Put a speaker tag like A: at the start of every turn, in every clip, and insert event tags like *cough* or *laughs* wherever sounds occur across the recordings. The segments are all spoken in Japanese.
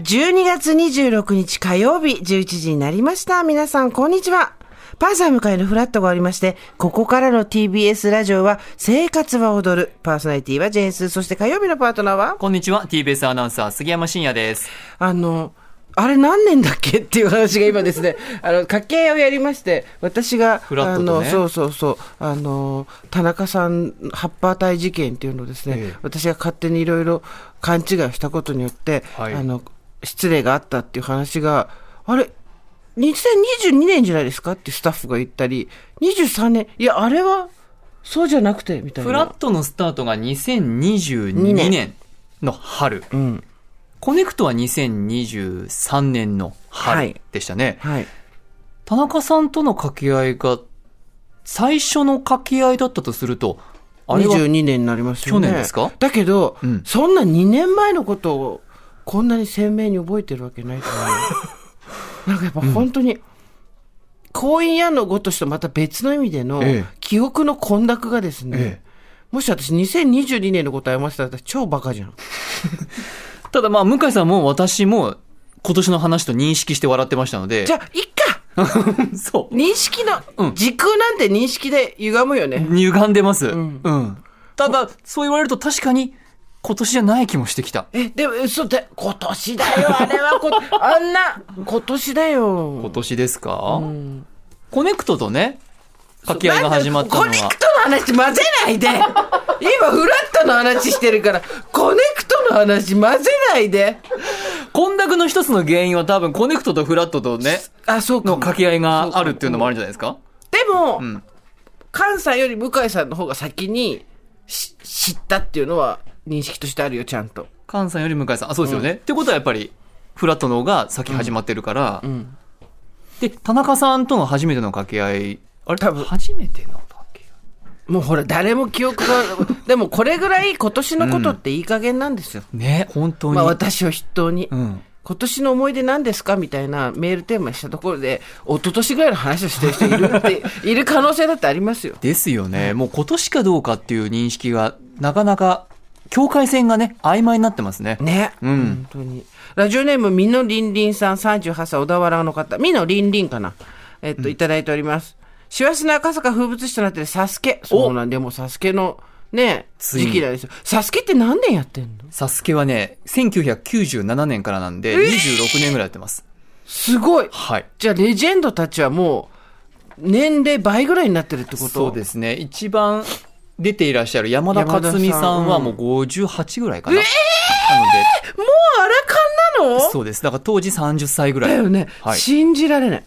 A: 12月26日火曜日11時になりました。皆さん、こんにちは。パンサー向かいのフラットがありまして、ここからの TBS ラジオは、生活は踊る。パーソナリティはジェンス。そして火曜日のパートナーは、
B: こんにちは TBS アナウンサー杉山真也です
A: あの、あれ何年だっけっていう話が今です
B: *laughs*
A: ね、あの、家計をやりまして、私が、
B: フラットとね
A: あの、そうそうそう、あの、田中さん、ハッパー隊事件っていうのをですね、
B: ええ
A: 私が勝手にいろいろ勘違いをしたことによって、
B: はい
A: あの、失礼があったっていう話が、あれ、2022年じゃないですかってスタッフが言ったり、23年、いや、あれは、そうじゃなくて、みたいな。
B: フラットのスタートが2022
A: 二
B: 年の春
A: うん。
B: コネクトは2023年の
A: は
B: 春
A: い
B: でしたね、
A: はい。
B: 田中さんとの掛け合いが最初の掛け合いだったとするとあれは
A: 22年になりますよね。
B: 去年ですか
A: だけど、
B: うん
A: そんな2年前のことをこんなに鮮明に覚えてるわけないと思う。
B: *laughs*
A: なんかやっぱ本当に、婚姻屋のごとしとまた別の意味での
B: ええ
A: 記憶の混濁がですね、
B: え
A: もし私2022年のこと謝ってたら超バカじゃん。
B: ただまあ向井さんも私も今年の話と認識して笑ってましたので
A: じゃあ、いっか
B: *laughs* そ
A: 認識
B: う
A: の、
B: ん
A: 時空なんて認識で歪むよね。
B: う歪んでます、
A: ん
B: うん、ただそう言われると確かに今年じゃない気もしてきた
A: え、でも、そうだ、今年だよ、あれは
B: *laughs*
A: こ、あんな、今年だよ。
B: 今年ですか、コネクトとね掛け合いが始まったの
A: なんでコネ
B: は
A: クトの話混ぜない *laughs* で今フラットの話してるからコネクトの話混ぜないで
B: 混濁の一つの原因は多分コネクトとフラットとね
A: あそうか
B: の
A: も
B: 掛け合いがあるっていうのもあるんじゃないですか
A: でも、
B: ん
A: 関西より向井さんの方が先にし知ったっていうのは認識としてあるよちゃんと
B: 菅さんより向井さんあそうですよね、ってことはやっぱりフラットの方が先始まってるから、
A: ん
B: で田中さんとの初めての掛け合いあれ
A: 多分
B: 初めての掛け合い
A: もうほら誰も記憶 *laughs* がでもこれぐらい今年のことっていい加減なんですよ、
B: ね本当に、
A: まあ私を筆頭に、
B: うん
A: 今年の思い出何ですかみたいなメールテーマにしたところで一昨年ぐらいの話をしてる人いるっている可能性だってありますよ
B: ですよね、もう今年かどうかっていう認識がなかなか境界線がね曖昧になってますね
A: ね、
B: うん
A: 本当にラジオネームみのりんりんさん38歳小田原の方みのりんりんかなえっと、いただいております師走の赤坂風物詩となってるサスケそうなんでもうサスケのね
B: ついに
A: 時期なんですよサスケって何年やってんの
B: サスケはね、1997年からなんで、26年ぐらいやってます。
A: すごい
B: はい。
A: じゃあレジェンドたちはもう年齢倍ぐらいになってるってこと
B: そうですね。一番出ていらっしゃる山田
A: 山田さ
B: 勝
A: ん
B: 美さんは
A: うん
B: もう58ぐらいかな。なの
A: もうあらかんなの
B: で、そうです。だから当時30歳ぐらい。
A: だよ *clears throat* ね、
B: はい。
A: 信じられない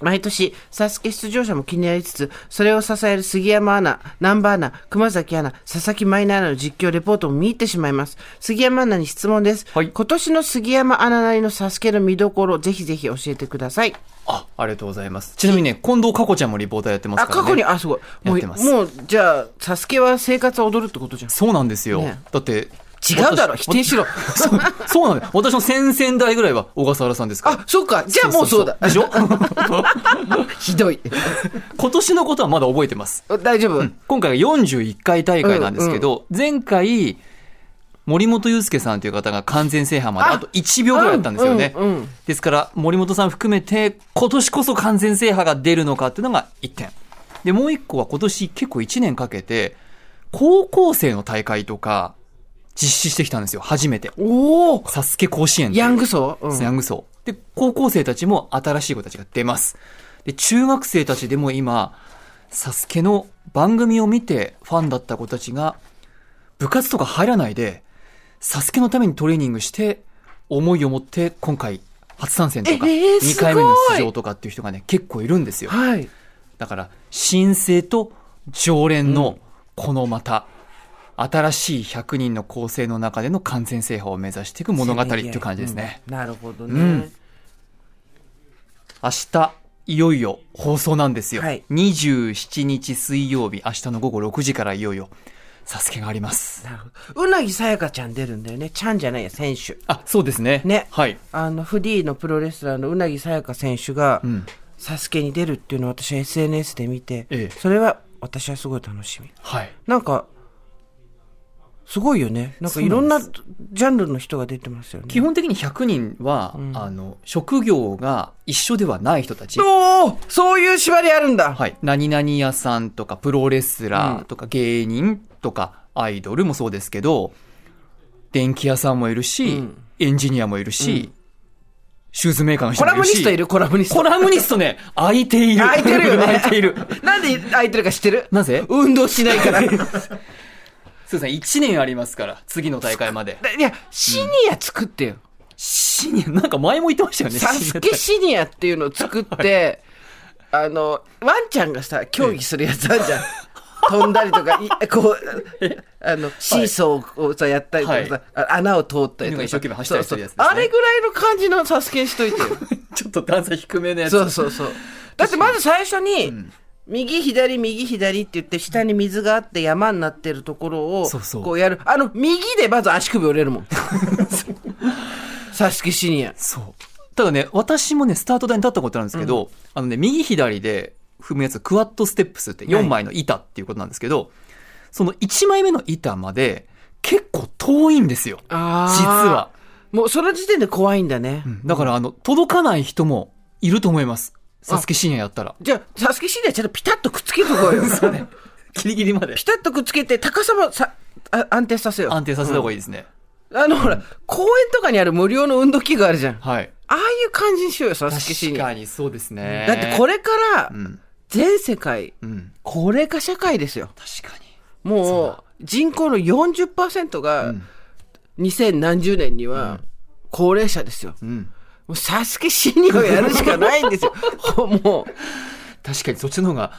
A: 毎年、サスケ出場者も気になりつつ、それを支える杉山アナ、南波アナ、熊崎アナ、佐々木舞菜アナの実況、レポートも見入ってしまいます。杉山アナに質問です。
B: はい
A: 今年の杉山アナなりのサスケの見どころ、ぜひぜひ教えてください。
B: あ、ありがとうございます。ちなみにね、近藤佳子ちゃんもリポーターやってます
A: あ、
B: からね。
A: 過去に、あ、すごい。も
B: やっ
A: う、
B: てます
A: もう、じゃあ、サスケは生活を踊るってことじゃん。
B: そうなんですよ。
A: ね
B: だって、
A: 違うだろ、
B: 私
A: 否定しろ。
B: そうそうなんです。私の先々代ぐらいは小笠原さんですから。
A: あ、そうか。じゃあもうそうだ。
B: でしょ *laughs*
A: ひどい。
B: 今年のことはまだ覚えてます。
A: 大丈夫。
B: 今回が41回大会なんですけど、前回、森本裕介さんという方が完全制覇まで
A: あ
B: あと1秒ぐらいだったんですよね。
A: うんうんうん
B: ですから、森本さん含めて、今年こそ完全制覇が出るのかっていうのが1点。で、もう1個は今年結構1年かけて、高校生の大会とか、実施してきたんですよ、初めて。
A: おお
B: サスケ甲子園っていう
A: ヤング層、うん
B: ヤング層。で、高校生たちも新しい子たちが出ます。で、中学生たちでも今、サスケの番組を見てファンだった子たちが、部活とか入らないで、サスケのためにトレーニングして、思いを持って今回、初参戦とか、
A: ええーすごい
B: 2回目の出場とかっていう人がね、結構いるんですよ。
A: はい。
B: だから、新生と常連の、このまた、新しい100人の構成の中での完全制覇を目指していく物語っていう感じですね。
A: うんなるほどね。
B: ん明日、いよいよ放送なんですよ。
A: はい
B: 27日水曜日、明日の午後6時からいよいよ、サスケがあります。
A: なるほどうなぎさやかちゃん出るんだよね。ちゃんじゃないや、選手。
B: あ、そうですね。
A: ね
B: はい。
A: あの、フリーのプロレスラーのうなぎさやか選手が、
B: ん
A: サスケに出るっていうのを私は SNS で見て、
B: ええ
A: それは私はすごい楽しみ。
B: はい。
A: なんか、すごいよね。なんかいろんなジャンルの人が出てますよね。
B: 基本的に100人は、
A: ん
B: あの、職業が一緒ではない人たち。
A: おおそういう縛りあるんだ、
B: はい。何々屋さんとか、プロレスラーとか、芸人とか、アイドルもそうですけど、電気屋さんもいるし、
A: うん
B: エンジニアもいるし、シューズメーカーの人
A: コ
B: もい
A: ラム
B: る
A: ニ
B: し。
A: ストいるコラムニス
B: コ
A: ト。
B: ラムニストね、空いている。
A: 空いてるよね
B: 空いている。
A: なんで空いてるか知ってる
B: なぜ
A: *laughs* 運動し *laughs* ないから。い
B: そうですね、1年ありますから、次の大会まで。
A: や、シニア作ってよ。
B: シニア、なんか前も言ってましたよね、
A: サ
B: シニ
A: ス
B: ア
A: ケシニアっていうのを作って、あの、ワンちゃんがさ、競技するやつあるじ
B: *laughs*
A: ゃん。飛んだりとか、いこう、あの、シーソーをさ、やったりとかさ、あ穴を通ったりと
B: 犬
A: か。
B: が一生懸命走ったりするやつです
A: そ
B: ね
A: うそうあれぐらいの感じのサスケにしといてよ。
B: ちょっと段差低めの *laughs* やつ。
A: そうそうそう。だってまず最初に、右左右左って言って下に水があって山になってるところを
B: そうそう
A: こうやるあの右でまず足首折れる
B: *laughs*
A: もんサスケシニア
B: そう。ただね、私もね、スタート台に立ったことあるんですけど、あのね、右左で踏むやつ、クワッドステップスって4枚の板っていうことなんですけど、その1枚目の板まで結構遠いんですよ。
A: あ
B: 実は。
A: もうその時点で怖いんだね、
B: だから、あの、届かない人もいると思います。サスケ深夜やったら。
A: じゃあサスケシニアちゃんとピタッとくっつけとこうよ
B: *laughs* そうね。ギリギリまで
A: ピタッとくっつけて高さもさあ安定させよう
B: 安定させた方がいいですね。
A: あのほら公園とかにある無料の運動器具あるじゃんあ
B: はい。
A: あいう感じにしようよサスケシ
B: 確
A: ニア
B: かにそうですね。
A: だってこれから
B: うん。
A: 全世界
B: うん。
A: 高齢化社会ですよ
B: 確かに。そう
A: も
B: だ
A: う人口の40%が
B: ん
A: 2000何十年には高齢者ですよ。
B: うん。
A: もうサスケ死にをやるしかないんです
B: *laughs*
A: よ。ほも
B: 確かにそっちの方が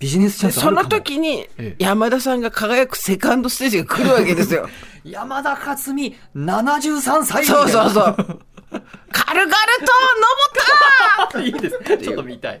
B: ビジネスチャ
A: う、
B: ンスあ
A: そ
B: るかも
A: の時に
B: ええ
A: 山田さんが輝くセカンドステージが来るわけです
B: *laughs*
A: よ。
B: 山田勝美73歳みたい
A: そう
B: な
A: そうそう。軽々と登った
B: *laughs* いいですね。ちょっと見たい。